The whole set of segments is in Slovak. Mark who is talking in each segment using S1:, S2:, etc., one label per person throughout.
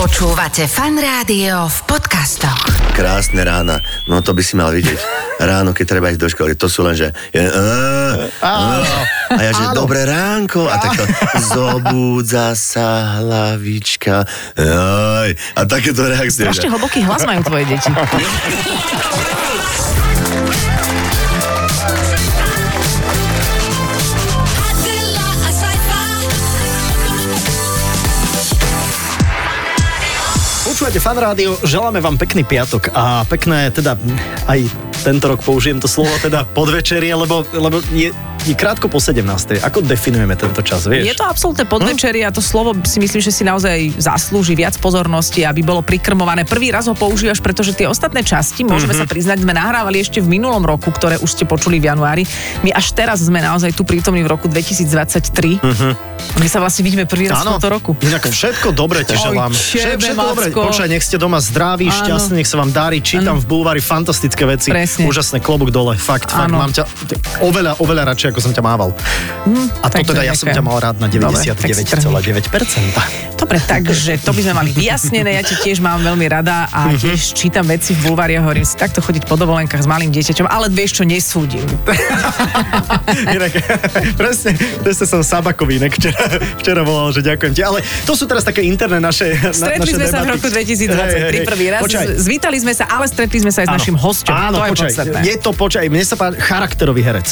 S1: Počúvate fan rádio v podcastoch.
S2: Krásne rána. No to by si mal vidieť. Ráno, keď treba ísť do školy. To sú len, že... jeden, "Á, á." A ja, že dobré ránko. A takto zobúdza sa hlavička. Aj. A takéto reakcie.
S3: Strašne
S2: že-
S3: hlboký hlas majú tvoje deti.
S4: Adela, a sci-fi.
S5: Počúvate fan rádio, želáme vám pekný piatok a pekné, teda aj tento rok použijem to slovo, teda podvečerie, lebo, lebo je, je krátko po 17. Ako definujeme tento čas, vieš?
S3: Je to absolútne podvečerie a to slovo si myslím, že si naozaj zaslúži viac pozornosti, aby bolo prikrmované. Prvý raz ho používaš, pretože tie ostatné časti, môžeme sa priznať, sme nahrávali ešte v minulom roku, ktoré už ste počuli v januári. My až teraz sme naozaj tu prítomní v roku 2023. My sa vlastne vidíme prvý raz v tomto roku.
S5: Inak všetko dobre ti
S3: Oj,
S5: želám.
S3: tebe,
S5: Vše- všetko dobre.
S3: Macko.
S5: Počkaj, nech ste doma zdraví,
S3: Áno.
S5: šťastní, nech sa vám darí. Čítam
S3: Áno.
S5: v bulvári fantastické veci.
S3: Presne.
S5: Úžasné, klobúk dole. Fakt, fakt.
S3: Áno.
S5: Mám ťa t- oveľa, oveľa radšej, ako som ťa mával. a
S3: tak
S5: to teda
S3: to
S5: ja som
S3: ďakujem.
S5: ťa mal rád na
S3: Hm, Dobre, tak si
S5: 99,9%.
S3: Dobre, takže to by sme mali vyjasnené. Ja ti tiež mám veľmi rada a tiež čítam veci v bulvári a hovorím si takto chodiť po dovolenkách s malým dieťaťom, ale vieš čo, nesúdim.
S5: Inak, presne, presne som Sabakovi inak včera, včera volal, že ďakujem ti. Ale to sú teraz také interné naše na,
S3: Stretli
S5: naše
S3: sme sa
S5: debaty.
S3: v roku
S5: Hej, hej,
S3: 2023
S5: hej.
S3: prvý raz.
S5: Počkaj,
S3: Zvítali sme sa, ale stretli sme sa aj s
S5: áno.
S3: našim hosťom.
S5: Áno,
S3: to je
S5: počkaj,
S3: podstatné. Mhm.
S5: je to, počkaj, mne sa páči charakterový herec.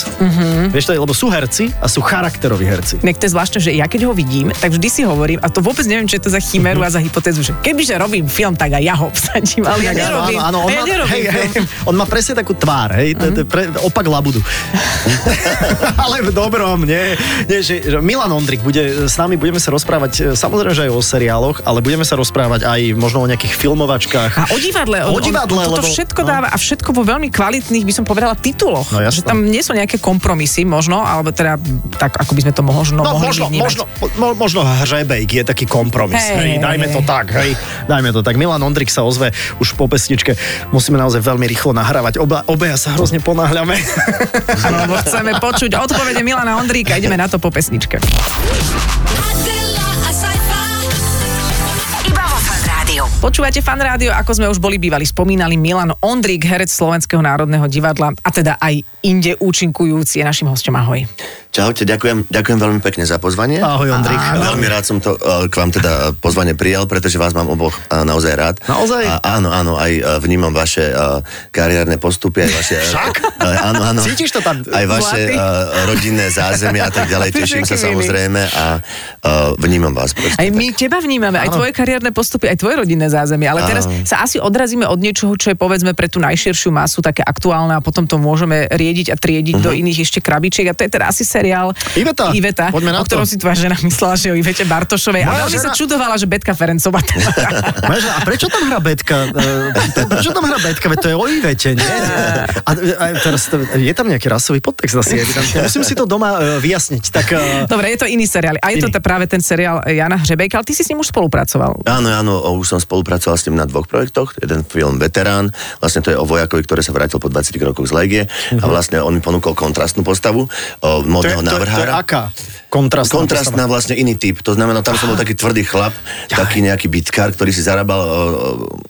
S5: Vieš to, lebo sú herci a sú charakteroví herci.
S3: Inak to je zvláštne, že ja keď ho vidím, tak vždy si hovorím, a to vôbec neviem, čo je to za chimeru a za hypotézu, že kebyže robím film, tak aj ja ho obsadím, ale ja
S5: Inak, áno,
S3: nerobím.
S5: áno, áno, on,
S3: ja
S5: má,
S3: nerobím
S5: hej,
S3: film.
S5: hej, on má presne takú tvár, hej, to- to je pre, opak labudu. Ale v dobrom, nie. nie že, že Milan Ondrik bude s nami, budeme sa rozprávať e, samozrejme, že aj o seriáloch, ale budeme sa rozprávať aj možno o nejakých filmovačkách.
S3: A o divadle.
S5: O divadle,
S3: on, toto
S5: lebo-
S3: všetko
S5: no.
S3: dáva a všetko vo veľmi kvalitných, by som povedala, tituloch.
S5: No,
S3: že
S5: jasné.
S3: tam nie sú nejaké kompromisy možno, alebo teda tak, ako by sme to možno
S5: No
S3: mohli
S5: možno,
S3: vnímať.
S5: možno, mo- možno hřebejk je taký kompromis.
S3: Hej,
S5: Hej, hej, dajme to tak, hej. Dajme to tak. Milan Ondrik sa ozve už po pesničke. Musíme naozaj veľmi rýchlo nahrávať. Oba, obaja sa hrozne ponáhľame.
S3: Áno, lebo chceme počuť odpovede Milana Ondríka. Ideme na to po pesničke.
S4: Adela, a sci-fi.
S1: Iba vo fan rádiu.
S3: Počúvate fan rádio, ako sme už boli bývali spomínali, Milan Ondrík, herec Slovenského národného divadla a teda aj inde účinkujúci je našim hostom. Ahoj.
S2: Čaute, ďakujem, ďakujem veľmi pekne za pozvanie.
S5: Ahoj, Ondrik.
S2: A Veľmi rád som to eh, k vám teda eh, pozvanie prijal, pretože vás mám oboch eh, naozaj rád.
S5: Naozaj?
S2: A, áno, áno, aj eh, vnímam vaše eh, kariérne postupy, aj vaše... Však? áno, áno.
S5: Cítiš to tam,
S2: Aj vaše
S3: zlatý?
S2: eh, rodinné zázemie a tak ďalej.
S3: Ty
S2: Teším sa
S3: pekný.
S2: samozrejme a eh, vnímam vás. proste
S3: Aj
S2: tak.
S3: my teba vnímame, aj
S5: Áno.
S3: tvoje kariérne postupy, aj tvoje rodinné zázemie, ale teraz sa asi odrazíme od niečoho, čo je povedzme pre tú najširšiu masu také aktuálne a potom to môžeme riediť a triediť do iných ešte krabičiek a to je teda asi seriál
S5: Mhm. Iveta.
S3: Iveta
S5: Poďme
S3: o
S5: na
S3: ktorom si
S5: to.
S3: tvoja žena myslela, že je o Ivete Bartošovej a
S5: Moja
S3: veľmi sa
S5: žena-
S3: čudovala, že Betka Ferencová. tam-
S5: Máš, a prečo tam hrá Betka? E, Prečo tam hrá Betka? Veď to je o Ivete, nie? A, a teraz, to- je tam nejaký rasový podtext asi evidentne. Musím si to doma e, vyjasniť. Tak e,
S3: Dobre, je to iný seriál. A je to
S5: Iný.
S3: tá, práve ten seriál Jana Hřebejka, ale ty si s ním už spolupracoval.
S2: Áno, áno, o, už som spolupracoval s ním na dvoch projektoch. Jeden film Veterán, vlastne to je o vojakovi, ktorý sa vrátil po 20 rokoch z Legie a vlastne on mi ponúkol kontrastnú postavu o
S5: Mhm. to
S2: modného
S5: je, to, je- to je
S2: návrhára.
S5: aká? Kontrastná.
S2: Kontrastná vlastne iný typ. To znamená, tam som bol taký tvrdý chlap, taký nejaký bitkár, ktorý si zarábal o, o,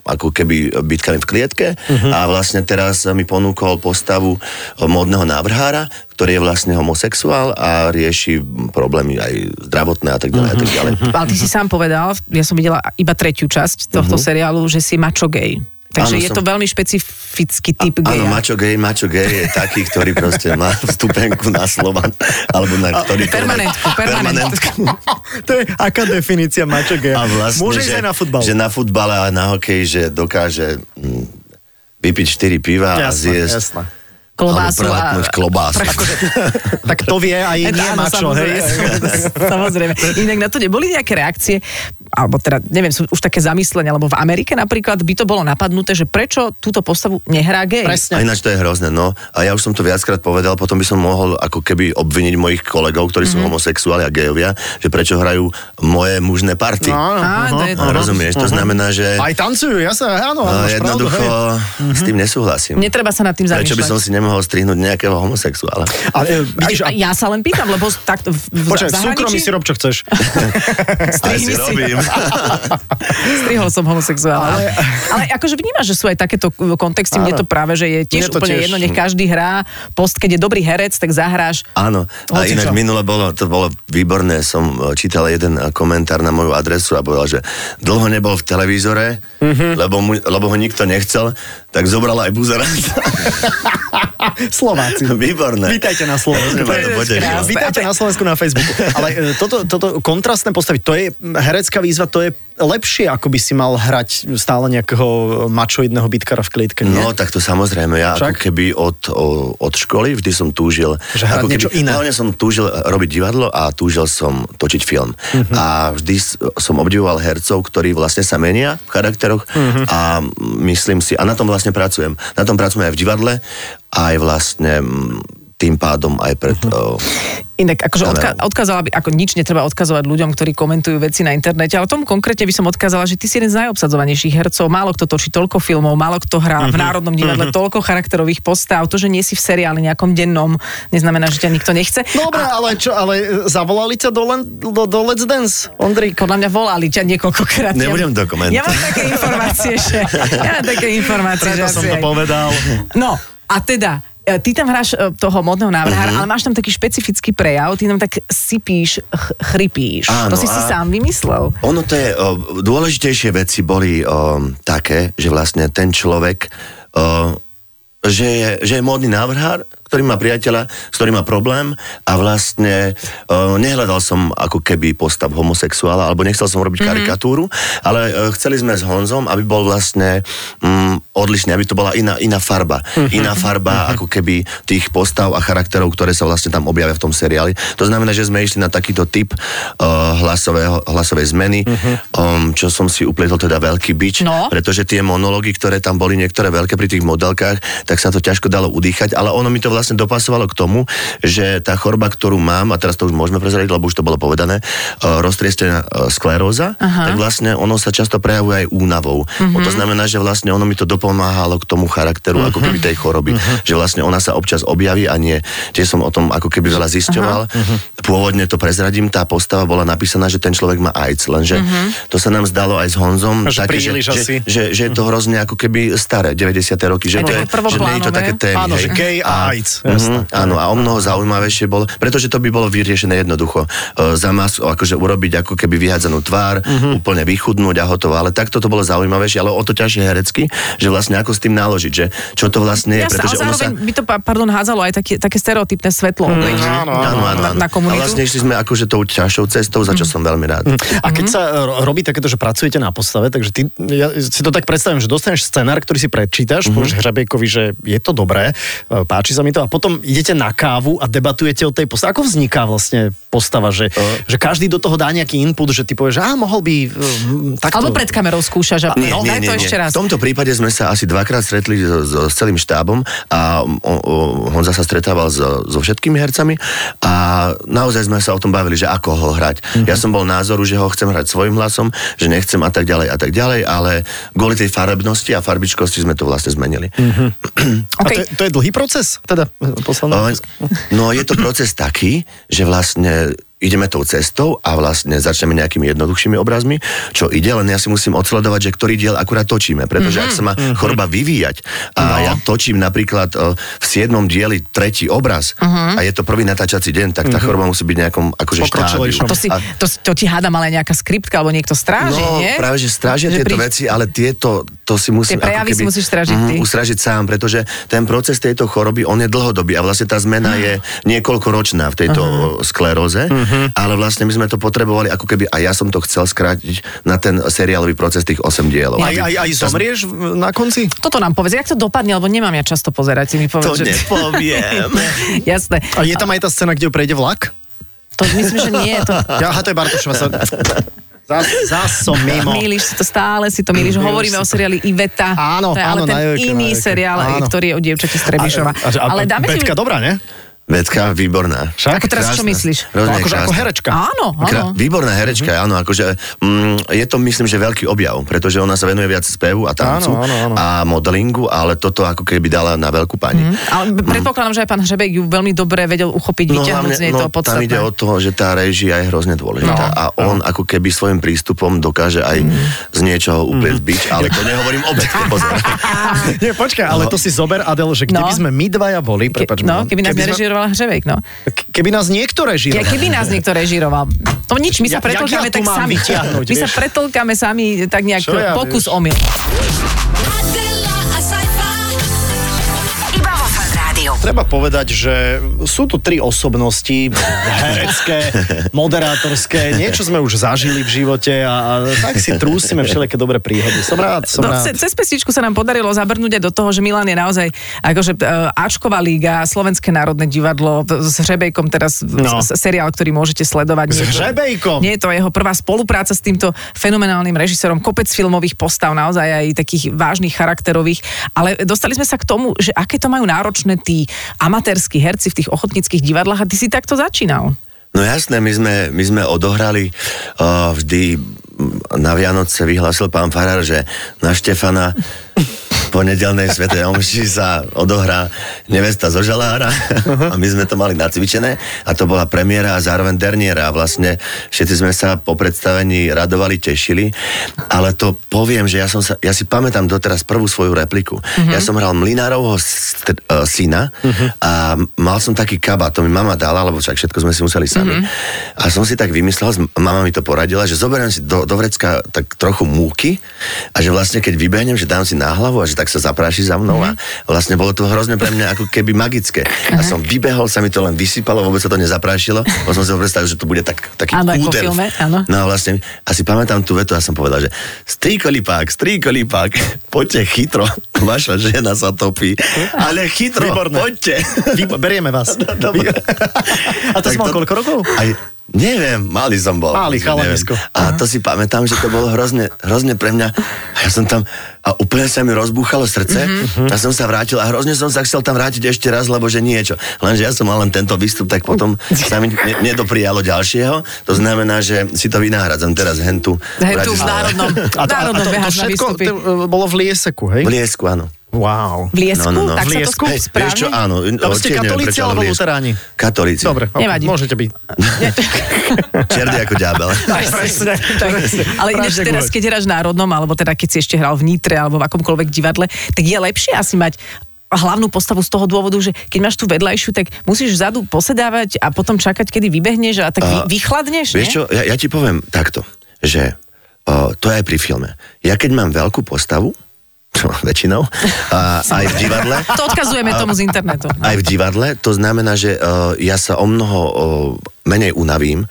S2: ako keby bitkami v klietke
S3: Mhm.
S2: a vlastne teraz mi ponúkol postavu o, módneho návrhára, ktorý je vlastne homosexuál a rieši problémy aj zdravotné a tak ďalej a tak
S3: Mhm.
S2: ďalej.
S3: Ale ty si sám povedal, ja som videla iba tretiu časť tohto seriálu, že si mačo gej.
S2: Mhm.
S3: Takže
S2: Áno,
S3: je
S2: som.
S3: to veľmi špecifický typ
S2: A- Áno,
S3: geja.
S2: mačo gej, mačo gej je taký, ktorý proste má vstupenku na Slovan, alebo na ktorý...
S3: Permanentku, permanentku.
S5: To je aká definícia mačo geja?
S2: A vlastne,
S5: Môže ísť
S2: že,
S5: aj na futbal.
S2: že na futbale a na hokej, že dokáže mm, vypiť 4 piva a zjesť...
S5: jasné.
S2: alebo
S3: Klobásu a...
S2: prelepnúť klobásu.
S5: Tak to vie aj
S3: Je to
S5: nie
S3: áno,
S5: mačo,
S3: samozrejme,
S5: hej.
S3: samozrejme. Inak na to neboli nejaké reakcie, alebo teda, neviem, sú už také zamyslenia, lebo v Amerike napríklad by to bolo napadnuté, že prečo túto postavu nehrá gej.
S5: Presne.
S2: A ináč to je hrozné, no. A ja už som to viackrát povedal, potom by som mohol ako keby obviniť mojich kolegov, ktorí sú homosexuáli a gejovia, že prečo hrajú moje mužné party.
S5: Áno,
S3: Á, to je-
S2: No, rozumieš, to znamená, že
S5: Mhm. Aj tancujú, ja sa, áno, áno,
S2: no,
S5: máš pravdu,
S2: jednoducho
S5: hej. Mhm.
S2: s tým nesúhlasím.
S3: Netreba sa nad tým zamýšľať.
S2: Prečo by som si nemohol strihnúť nejakého homosexuála?
S5: Ale e, vidíš,
S3: A
S5: a,
S3: ja sa len pýtam, lebo tak v, v,
S5: počkaj, v
S3: zahraničí-
S5: súkromí si rob, čo chceš.
S2: Aj si
S3: Strihni si.
S2: robím. neviem.
S3: Strihol som homosexuálna. Ale...
S5: Ale-
S3: ale akože vnímaš, že sú aj takéto e, kontexty, kde
S5: Áno.
S3: to práve, že je tiež
S5: Je to
S3: úplne
S5: tiež-
S3: jedno, nech každý hrá post, keď je dobrý herec, tak zahráš.
S2: Áno, a
S5: Hoci
S2: inak
S5: čo.
S2: minule bolo, to bolo výborné, som e, čítal jeden e, komentár na moju adresu a povedal, že dlho nebol v televízore,
S5: Mhm.
S2: mm-hmm. lebo, mu, lebo ho nikto nechcel, tak zobral aj buzeráta.
S5: Slováci.
S2: Výborné.
S5: Vítajte na Slovensku.
S2: To je potešilo.
S3: krásne.
S5: Vítajte na Slovensku na Facebooku. Ale e, toto, toto kontrastné postavy, to je mm, herecká výzva, to je lepšie, ako by si mal hrať stále nejakého mačoidného bitkara v klietke. nie?
S2: No, tak to samozrejme. Ja Však? ako
S5: Však?
S2: keby od, o, od školy vždy som túžil...
S5: Že hrať
S2: ako keby,
S5: niečo iné.
S2: Hlavne som túžil robiť divadlo a túžil som točiť film.
S5: Mhm.
S2: Mm-hmm. A vždy s- som obdivoval hercov, ktorí vlastne sa menia v charakteroch
S5: Mhm.
S2: mm-hmm. a myslím si... A na tom vlastne pracujem. Na tom pracujem aj v divadle, aj vlastne mm, tým pádom aj pred...
S5: Mhm.
S2: Mm-hmm.
S3: Inak, akože
S2: Áno.
S3: odka- odkázala by, ako nič netreba odkazovať ľuďom, ktorí komentujú veci na internete, ale tom konkrétne by som odkázala, že ty si jeden z najobsadzovanejších hercov. Málo kto točí toľko filmov, málo kto hrá
S5: Mhm.
S3: v Národnom divadle toľko charakterových postav. To, že nie si v seriáli nejakom dennom, neznamená, že ťa nikto nechce.
S5: Dobre, ale čo, ale e, zavolali ťa do, len, do, do Let's Dance, Ondrik.
S3: Podľa mňa volali ťa niekoľkokrát.
S2: Nebudem
S3: Ja-
S2: to komentovať.
S3: Ja mám také informácie, že... Ja mám také informácie, že asi aj-
S5: povedal.
S3: No, a teda, e, ty tam hráš e, toho modného návrhára,
S2: Mhm.
S3: uh-huh. ale máš tam taký špecifický prejav, ty tam tak sypíš, ch- chrypíš.
S2: Áno,
S3: to si si
S2: a-
S3: sám vymyslel.
S2: Ono to je, o, dôležitejšie veci boli o, také, že vlastne ten človek, o, že, je, že je módny návrhár, ktorý má priateľa, s ktorým má problém a vlastne o, nehľadal som ako keby postav homosexuála, alebo nechcel som robiť mm-hmm. karikatúru, ale o, chceli sme s Honzom, aby bol vlastne mm, odlišný, aby to bola iná, iná farba. Mm-hmm. Iná farba ako keby tých postav a charakterov, ktoré sa vlastne tam objavia v tom seriáli. To znamená, že sme išli na takýto typ uh, hlasového, hlasovej zmeny, um, čo som si uplietol teda veľký bič,
S3: No.
S2: pretože tie monológy, ktoré tam boli niektoré veľké pri tých modelkách, tak sa to ťažko dalo udýchať, ale ono mi to vlastne dopasovalo k tomu, že tá chorba, ktorú mám, a teraz to už môžeme prezradiť, lebo už to bolo povedané, uh, roztriestená uh, skleróza,
S3: Aha. Mhm.
S2: tak vlastne ono sa často prejavuje aj únavou. Mm-hmm. To znamená, že vlastne ono mi to dopomáhalo k tomu charakteru, mm-hmm. ako
S3: Mhm.
S2: keby tej choroby. Mm-hmm. Že vlastne ona sa občas objaví a nie. Tiež som o tom ako keby veľa zisťoval.
S3: Mhm.
S2: Pôvodne to prezradím, tá postava bola napísaná, že ten človek má AIDS, lenže
S3: Mhm.
S2: to sa nám zdalo aj s Honzom,
S5: Že príliš
S2: že,
S5: asi.
S2: že, že je to hrozne ako keby staré, 90. roky, že,
S3: Aj
S2: to je, že
S3: také
S2: nie je to
S3: prvoplánové.
S2: také témy.
S5: Áno,
S2: hej.
S5: že gay a AIDS.
S3: Mhm.
S2: Mm, áno, a o mnoho zaujímavejšie bolo, pretože to by bolo vyriešené jednoducho. E, zamas, akože urobiť ako keby vyhádzanú tvár,
S3: Mhm.
S2: mm-hmm. úplne vychudnúť a hotovo. Ale takto to bolo zaujímavejšie, ale o to ťažšie herecky, že vlastne ako s tým naložiť, že čo to vlastne je,
S3: Ja sa, ale
S2: pretože ono
S3: zároveň
S2: sa...
S3: by to, pa- pardon, hádzalo aj také, také stereotypné svetlo.
S2: Mhm.
S3: Mm, Na, na
S2: A
S3: komunitu. Mhm.
S2: vlastne išli sme akože tou ťažšou cestou, za čo som veľmi rád.
S5: A keď sa e, ro- robí takéto, že pracujete na postave, takže ty, ja si to tak predstavím, že dostaneš scenár, ktorý si prečítaš,
S3: Mhm.
S5: mm-hmm. povieš Hrebiekovi, že je to dobré, e, páči sa mi to a potom idete na kávu a debatujete o tej postave. Ako vzniká vlastne postava, že, že každý do toho dá nejaký input, že ty povieš, že á, mohol by mm, takto...
S3: Alebo pred kamerou skúšaš. A,
S2: Nie,
S3: no,
S2: nie,
S3: daj
S2: nie,
S3: to
S2: nie.
S3: ešte raz.
S2: V tomto prípade sme sa asi dvakrát stretli so, so, s celým štábom a o, o, Honza sa stretával so, so všetkými hercami a naozaj sme sa o tom bavili, že ako ho hrať.
S3: Mhm.
S2: Mm-hmm. Ja som bol názoru, že ho chcem hrať svojim hlasom, že nechcem a tak ďalej a tak ďalej, ale kvôli tej farebnosti a farbičkosti sme to vlastne zmenili.
S3: Mhm.
S2: Mm-hmm.
S5: A
S3: Okej.
S5: to, je, to je dlhý proces? Teda, e, posledná
S2: No,
S5: otázka.
S2: no je to proces taký, že vlastne ideme tou cestou a vlastne začneme nejakými jednoduchšími obrazmi, čo ide, len ja si musím odsledovať, že ktorý diel akurát točíme, pretože mm-hmm. ak sa má choroba vyvíjať a no. ja točím napríklad e, v 7. dieli tretí obraz mm-hmm. a je to prvý natáčací deň, tak tá choroba musí byť v nejakom akože štádiu.
S5: Pokročilejšom.
S3: To, si,
S2: A-
S3: to, to ti hádam, ale nejaká skriptka alebo niekto stráži,
S2: no,
S3: nie?
S2: práve, že strážia
S3: Že
S2: tieto
S3: pri-
S2: veci, ale tieto, to si musím...
S3: Tie prejavy si musíš strážiť ty.
S2: Ustražiť Mhm, sám, pretože ten proces tejto choroby, on je dlhodobý a vlastne tá zmena je niekoľkoročná v tejto
S3: Mhm.
S2: uh-huh. skleróze, uh-huh. ale vlastne my sme to potrebovali ako keby, a ja som to chcel skrátiť na ten seriálový proces tých 8 dielov.
S5: Aj,
S2: Aby-
S5: aj, aj zomrieš v- na konci?
S3: Toto nám povedz, jak to dopadne, lebo nemám ja často pozerať, ty mi
S2: To
S3: povedz. že-
S2: nepoviem.
S3: Jasné.
S5: A je tam aj tá scéna, kde prejde vlak?
S3: To myslím, že nie. To,
S5: Ja, aha, to je Bartošova. sa- Zas, zas som mimo.
S3: Mýliš si to stále, si to mýliš.
S5: Mýliš
S3: Hovoríme
S5: si
S3: o
S5: to.
S3: seriáli Iveta.
S5: Áno,
S3: to je ale
S5: áno,
S3: ten
S5: na Jojke,
S3: iný
S5: na Jojke.
S3: seriál,
S5: Áno.
S3: ktorý je o dievčati Strebišova.
S5: A, a, a,
S3: Ale dáme ti...
S5: Betka, dobrá, ne?
S2: Vedka, výborná.
S5: Však?
S3: Ako teraz čo
S2: Krásna.
S3: myslíš?
S2: Rozhodne
S5: akože ako
S2: krásna.
S5: herečka.
S3: Áno, Mhm. áno.
S2: Krá- výborná herečka, mm-hmm. áno, akože mm, je to myslím, že veľký objav, pretože ona sa venuje viac spevu a tancu
S5: Áno, áno, áno.
S2: a modelingu, ale toto ako keby dala na veľkú pani. Mm-hmm.
S3: Ale b- predpokladám, že aj pán Hřebek ju veľmi dobre vedel
S5: No,
S3: uchopiť, vyťahnuť z nej to
S2: No, tam
S3: podstatné.
S2: ide o to, že tá režia je hrozne dôležitá no,
S5: No,
S2: a on no. ako keby svojim prístupom dokáže aj mm. z niečoho upliesť mm. bič, ale to nehovorím obecne, pozor.
S5: Nie, počkaj, ale to si zober, Adel, že kde
S3: No.
S5: by sme my dvaja boli,
S3: Ke-
S5: prepáč,
S3: no,
S5: Milan,
S3: keby nás
S5: sme-
S3: nerežiroval Hřebek, no.
S5: Keby nás niekto
S3: Ja,
S5: režiroval.
S3: keby nás niekto režiroval. To nič, my sa
S5: Ja- jak
S3: pretlkáme
S5: ja tu
S3: tak
S5: mám
S3: sami.
S5: vyťahnuť,
S3: My sa
S5: vieš?
S3: pretlkáme sami tak nejak
S5: Čo ja,
S3: pokus
S5: vieš?
S3: omyl.
S4: Adela, a sci-fi.
S1: Iba vo Fan Rádiu.
S5: Treba povedať, že sú tu tri osobnosti, herecké, moderátorské, niečo sme už zažili v živote a, a tak si trúsime všelijaké dobré príhody. Som rád, som
S3: No,
S5: rád.
S3: ce- cez pesničku sa nám podarilo zabrnúť aj do toho, že Milan je naozaj akože e, Ačková líga, Slovenské národné divadlo t- s Hřebejkom teraz no.
S5: No.
S3: seriál, ktorý môžete sledovať.
S5: S
S3: Nie je to-
S5: Hřebejkom?
S3: Nie je to jeho prvá spolupráca s týmto fenomenálnym režisérom, kopec filmových postav, naozaj aj takých vážnych charakterových, ale dostali sme sa k tomu, že aké to majú náročné tí amatérsky herci v tých ochotnických divadlách a ty si takto začínal.
S2: No jasné, my sme, my sme odohrali uh, vždy mm, na Vianoce vyhlásil pán Farar, že na Štefana po nedelnej svetej omši sa odohrá nevesta zo žalára a my sme to mali nacvičené a to bola premiéra a zároveň derniera a vlastne všetci sme sa po predstavení radovali, tešili, ale to poviem, že ja, som sa, ja si pamätám doteraz prvú svoju repliku. Ja som hral Mlinárovho st- uh, syna a mal som taký kabát, to mi mama dala, lebo však všetko sme si museli sami.
S3: Mhm.
S2: A som si tak vymyslel, s- mama mi to poradila, že zoberiem si do, do vrecka tak trochu múky a že vlastne keď vybehnem, že dám si na hlavu a že tak sa zapráši za mnou a
S3: Mhm.
S2: vlastne bolo to hrozne pre mňa ako keby magické. A som vybehol, sa mi to len vysypalo, vôbec sa to nezaprášilo, lebo som si predstavil, že to bude tak, taký
S3: Áno, ako v
S2: úder.
S3: filme, áno.
S2: No a vlastne, asi pamätám tú vetu, ja som povedal, že strýko lipák, strýko lipák, poďte chytro, vaša žena sa topí, ale chytro,
S5: Výborné.
S2: poďte.
S5: Vy- Berieme vás.
S2: dobre.
S5: a No, to si
S2: Tak
S5: mal koľko rokov?
S2: Aj, neviem, malý som bol.
S5: Malý
S2: Neviem.
S5: chalanisko.
S2: A to si pamätám, že to bolo hrozne, hrozne pre mňa. A ja som tam, a úplne sa mi rozbúchalo srdce.
S5: Mhm.
S2: Mm-hmm. Ja som sa vrátil a hrozne som sa chcel tam vrátiť ešte raz, lebo že niečo. Lenže ja som mal len tento výstup, tak potom sa mi ne, nedoprijalo ďalšieho. To znamená, že si to vynáhradzam teraz hentu.
S3: Hej, tu v národnom,
S5: A to, a
S3: národnom
S5: to, to
S3: beháš na
S5: všetko
S3: výstupy.
S5: to, e, bolo v Lieseku, hej?
S2: V Liesku, áno.
S5: Wow.
S3: V Liesku?
S2: No, no, no. V
S3: Tak sa to
S5: Liesku.
S3: skúpi
S5: Hej,
S3: správne?
S2: Vieš čo, áno.
S5: Ale ste
S2: tiež neviem,
S5: katolíci
S2: prečo, ale v
S5: alebo
S2: Liesku.
S5: luteráni?
S2: Katolíci.
S5: Dobre, ok,
S3: Nevadí.
S5: môžete byť.
S2: Čerdy ako ďábel.
S3: Aj,
S5: presne,
S3: tak.
S5: presne.
S3: Ale ináč
S5: Prázdne
S3: teraz,
S5: guľač.
S3: keď hráš v národnom, alebo teda keď si ešte hral v Nitre, alebo v akomkoľvek divadle, tak je lepšie asi mať hlavnú postavu z toho dôvodu, že keď máš tú vedľajšiu, tak musíš vzadu posedávať a potom čakať, kedy vybehneš a tak vy, vychladneš,
S2: Vieš čo,
S3: nie?
S2: ja, ja ti poviem takto, že o, to je aj pri filme. Ja keď mám veľkú postavu, čo mám väčšinou, a, aj v divadle,
S3: To odkazujeme tomu z internetu.
S2: aj v divadle, to znamená, že o, ja sa o mnoho o, menej unavím,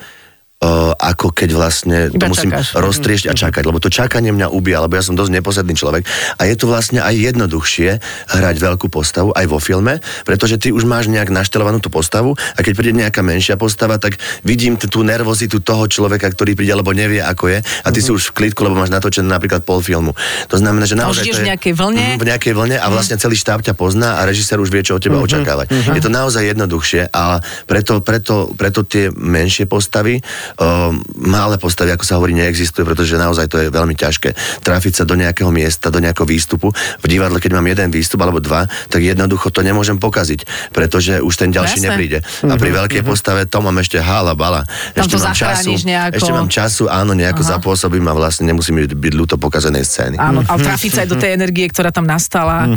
S2: o, ako keď vlastne to
S3: Iba
S2: musím
S3: čakáš. Mhm.
S2: roztriešiť a čakať, lebo to čakanie mňa ubíja, lebo ja som dosť neposedný človek a je to vlastne aj jednoduchšie hrať veľkú postavu aj vo filme, pretože ty už máš nejak naštelovanú tú postavu a keď príde nejaká menšia postava, tak vidím t- tú nervozitu toho človeka, ktorý príde, lebo nevie, ako je a
S3: Mhm.
S2: ty si už v klidku, lebo máš natočené napríklad pol filmu. To znamená, že
S3: A
S2: naozaj...
S3: už ideš
S2: to je-
S3: v nejakej vlne.
S2: Mhm, v nejakej vlne a vlastne celý štáb ťa pozná a režisér už vie, čo od teba
S3: Mhm.
S2: očakávať. Je to naozaj jednoduchšie a preto, preto, preto tie menšie postavy, um, malé postavy, ako sa hovorí, neexistujú, pretože naozaj to je veľmi ťažké trafiť sa do nejakého miesta, do nejakého výstupu. V divadle, keď mám jeden výstup alebo dva, tak jednoducho to nemôžem pokaziť, pretože už ten ďalší
S3: Jasné. Mhm.
S2: nepríde. A pri veľkej postave to mám ešte hála, bala.
S3: Tam
S2: Ešte
S3: to
S2: mám času,
S3: zachrániš nejako.
S2: ešte mám času, áno, nejako
S3: Aha.
S2: zapôsobím a vlastne nemusím byť ľúto pokazenej scény.
S3: Áno, ale trafiť sa aj do tej energie, ktorá tam nastala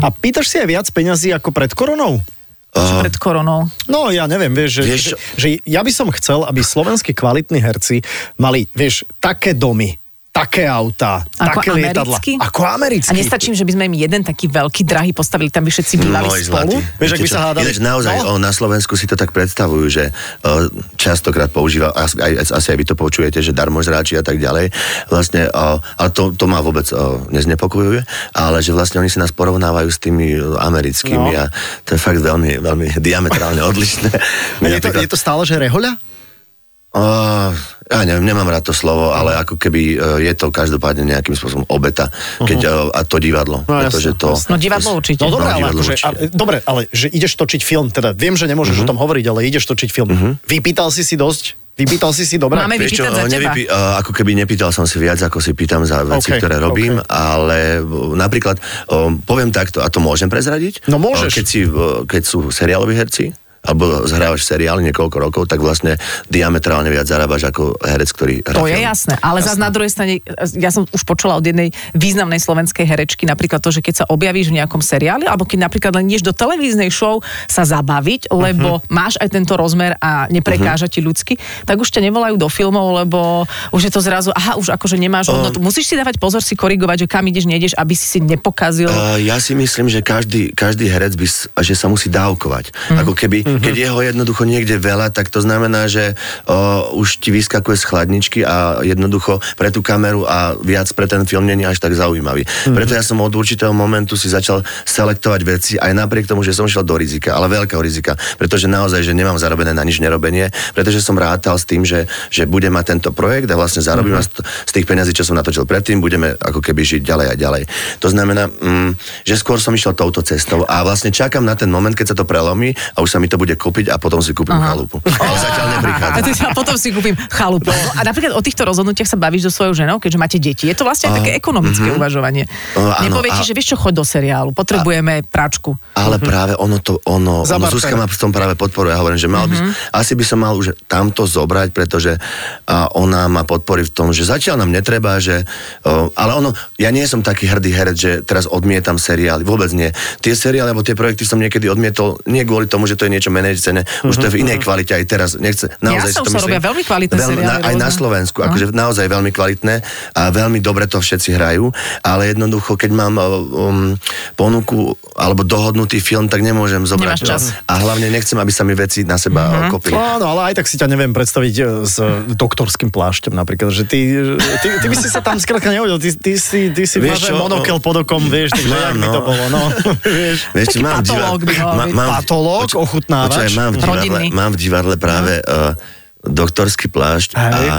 S5: A pýtaš si aj viac peňazí ako pred koronou?
S3: čo pred koronou.
S5: No ja neviem, vieš, že,
S2: Vieš
S5: vieš
S2: čo?
S5: že ja by som chcel, aby slovenskí kvalitní herci mali, vieš, také domy, také autá,
S3: Ako
S5: také lietadla.
S3: americkí?
S5: Ako americkí.
S3: A nestačím, že by sme im jeden taký veľký drahý postavili, tam by všetci bývali
S2: Môj zlatý.
S3: spolu.
S5: Vieš, ak by sa
S2: čo?
S5: hádali?
S2: Ináč naozaj,
S5: No.
S2: no? na Slovensku si to tak predstavujú, že o, častokrát používa, as- aj, asi aj vy to počujete, že darmožráči a tak ďalej. Vlastne, o, ale to, to ma vôbec o, neznepokojuje, ale že vlastne oni si nás porovnávajú s tými o, americkými no.
S5: No.
S2: a to je fakt veľmi, veľmi diametrálne odlišné.
S5: A je, to, je to stále, že rehoľa?
S2: o, ja neviem, nemám rád to slovo, ale ako keby e, je to každopádne nejakým spôsobom obeta, keď, uh-huh. a to divadlo.
S5: Mhm. No, jasné,
S2: pretože to,
S5: jasné.
S3: No divadlo
S2: to-
S3: určite.
S5: No dobré, ale,
S2: divadlo
S5: akože,
S2: Hm, určite.
S5: ale, dobre, ale že ideš točiť film, teda viem, že nemôžeš o tom hovoriť, ale ideš točiť film. Vypýtal si si dosť? Vypýtal si si dobre?
S3: Máme
S2: Vieš
S3: vypýtať za teba.
S2: nevypý- a, ako keby nepýtal som si viac, ako si pýtam za veci, okay,
S5: OK,
S2: ktoré robím, okay. ale o, napríklad, o, poviem takto, a to môžem prezradiť?
S5: No môžeš.
S2: O, Keď, si, o, keď sú seriáloví herci, alebo zhrávaš seriál niekoľko rokov, tak vlastne diametrálne viac zarábaš ako herec, ktorý hrá
S3: To je
S2: film.
S3: jasné, ale zase na druhej strane, ja som už počula od jednej významnej slovenskej herečky napríklad to, že keď sa objavíš v nejakom seriáli, alebo keď napríklad len ideš do televíznej show sa zabaviť, lebo máš aj tento rozmer a neprekáža ti ľudsky, tak už ťa nevolajú do filmov, lebo už je to zrazu, aha, už akože nemáš hodnotu. Musíš si dávať pozor, si korigovať, že kam ideš, nejdeš, aby si si nepokazil.
S2: Uh, ja si myslím, že každý, každý herec by, s- že sa musí dávkovať. Mm. Ako keby, mm-hmm. keď je ho jednoducho niekde veľa, tak to znamená, že uh, už ti vyskakuje z chladničky a jednoducho pre tú kameru a viac pre ten film není až tak zaujímavý. Mm-hmm. Preto ja som od určitého momentu si začal selektovať veci, aj napriek tomu, že som šiel do rizika, ale veľkého rizika, pretože naozaj, že nemám zarobené na nič nerobenie, pretože som rátal s tým, že, že budem mať tento projekt a vlastne zarobím mm-hmm z, z tých peňazí, čo som natočil predtým, budeme ako keby žiť ďalej a ďalej. To znamená, mm, že skôr som išiel touto cestou a vlastne čakám na ten moment, keď sa to prelomí a už sa mi to bude kúpiť a potom si kúpim Aha. chalupu. Ale zatiaľ
S3: A,
S2: neprichádza.
S3: to ja teda potom si kúpim chalupu. No a napríklad o týchto rozhodnutiach sa bavíš so svojou ženou, keďže máte deti. Je to vlastne aj také ekonomické
S5: Mhm.
S3: uvažovanie.
S2: O, áno,
S3: Nepovie ti,
S2: a-
S3: že vieš čo, choď do seriálu, potrebujeme práčku.
S2: Ale práve ono to, ono, ono
S5: Zabartené.
S2: Zuzka ma v tom práve podporuje. Ja hovorím, že mal by,
S3: Mhm.
S2: asi by som mal už tamto zobrať, pretože a ona ma podporí v tom, že zatiaľ nám netreba, že, o, ale ono, ja nie som taký hrdý herec, že teraz odmietam seriály, vôbec nie. Tie seriály alebo tie projekty som niekedy odmietol, nie kvôli tomu, že to je niečo menej už to je v inej kvalite aj teraz. Nechce, naozaj
S3: Jasom
S2: si to
S3: Mhm. sa
S2: myslím.
S3: robia veľmi kvalitné
S2: na,
S3: seriály
S2: Aj na
S3: rôzne.
S2: Slovensku,
S3: No.
S2: akože naozaj veľmi kvalitné a veľmi dobre to všetci hrajú, ale jednoducho, keď mám um, ponuku alebo dohodnutý film, tak nemôžem zobrať.
S3: Nemáš čas. Mhm.
S2: A hlavne nechcem, aby sa mi veci na seba mm-hmm. kopili.
S5: Áno, ale aj tak si ťa neviem predstaviť e, s e, doktorským plášťom napríklad, že ty, že ty, ty by si sa tam skrátka nehodil, ty, ty si, ty si
S2: Vieš
S5: máš aj
S2: čo?
S5: monokel pod okom, vieš, takže
S2: Mám,
S5: jak by
S2: no.
S5: to bolo, no, vieš.
S2: Vieš,
S3: Taký patológ by mohol byť.
S5: Patológ, ochutnávač.
S2: Počkaj, mám, v divadle,
S3: Rodinný. Mhm.
S2: mám v divadle práve uh, doktorský plášť
S5: Hej.
S2: a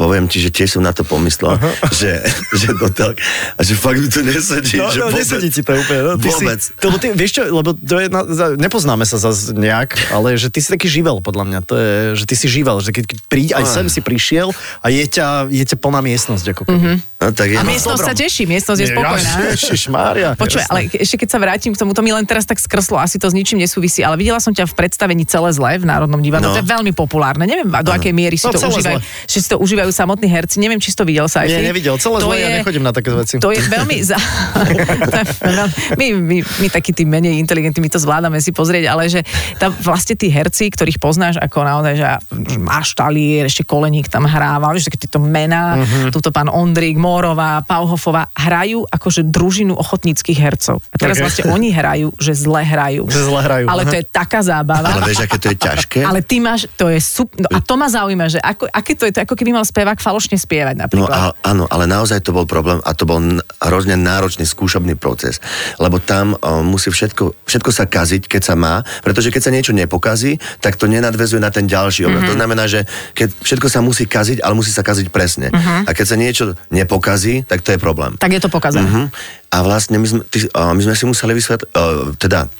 S2: poviem ti, že tiež som na to pomyslel, že, že, do tel- a že fakt mi to nesedí.
S5: No,
S2: že
S5: no
S2: vôbec-
S5: nesedí ti to úplne. No, ty
S2: vôbec.
S5: Si, to, lebo ty, vieš čo, lebo to je, na, za, nepoznáme sa zase nejak, ale že ty si taký živel, podľa mňa, to je, že ty si živel, že keď, keď príď, aj sem si prišiel a je ťa, je ťa plná miestnosť, ako keby.
S3: Mhm.
S2: No, tak je,
S3: A miestnosť sa teší, miestnosť je
S5: Nie,
S3: spokojná.
S5: ja- Ježišmária.
S3: Počuj,
S5: Jasné.
S3: ale ke- ešte keď sa vrátim k tomu, to mi len teraz tak skrslo, asi to s ničím nesúvisí, ale videla som ťa v predstavení Celé zle v Národnom divadle,
S2: No.
S3: no. to je veľmi populárne, neviem do akej miery si,
S5: No,
S3: to
S5: Celé
S3: užívajú,
S5: zle.
S3: že si to užívajú samotní herci, neviem, či si to videl sa aj
S5: Nie,
S3: ty.
S5: nevidel, celé
S3: To
S5: zle, ja
S3: je-
S5: nechodím na také veci.
S3: To je veľmi... Za... to je veľmi- my, my, my takí tí menej inteligentní, my to zvládame si pozrieť, ale že tam vlastne tí herci, ktorých poznáš ako naozaj, že máš talier, ešte koleník tam hráva, vieš, také tieto mená,
S5: Mhm.
S3: mm-hmm. túto pán Ondrík, Mórová, Pauhofová, hrajú akože družinu ochotníckých hercov. A teraz okay.
S5: Okay.
S3: vlastne oni hrajú, že zle hrajú.
S5: Že zle hrajú,
S3: Ale
S5: aha.
S3: to je taká zábava.
S2: Ale vieš, aké to je ťažké?
S3: Ale ty máš, to je sup... No, a to ma zaujíma, že ako, aké to je, to je ako keby mal spevák falošne spievať
S2: No
S3: napríklad.
S2: a, áno, ale naozaj to bol problém a to bol n- hrozne náročný skúšobný proces, lebo tam o, musí všetko, všetko sa kaziť, keď sa má, pretože keď sa niečo nepokazí, tak to nenadvezuje na ten ďalší obraz. Mm-hmm. To znamená, že keď všetko sa musí kaziť, ale musí sa kaziť presne. Mm-hmm. A keď sa niečo nepokazí, tak to je problém.
S3: Tak je to pokazané. Mm-hmm.
S2: Mm-hmm. A vlastne my sme, ty, a my sme si museli vysvetliť, teda,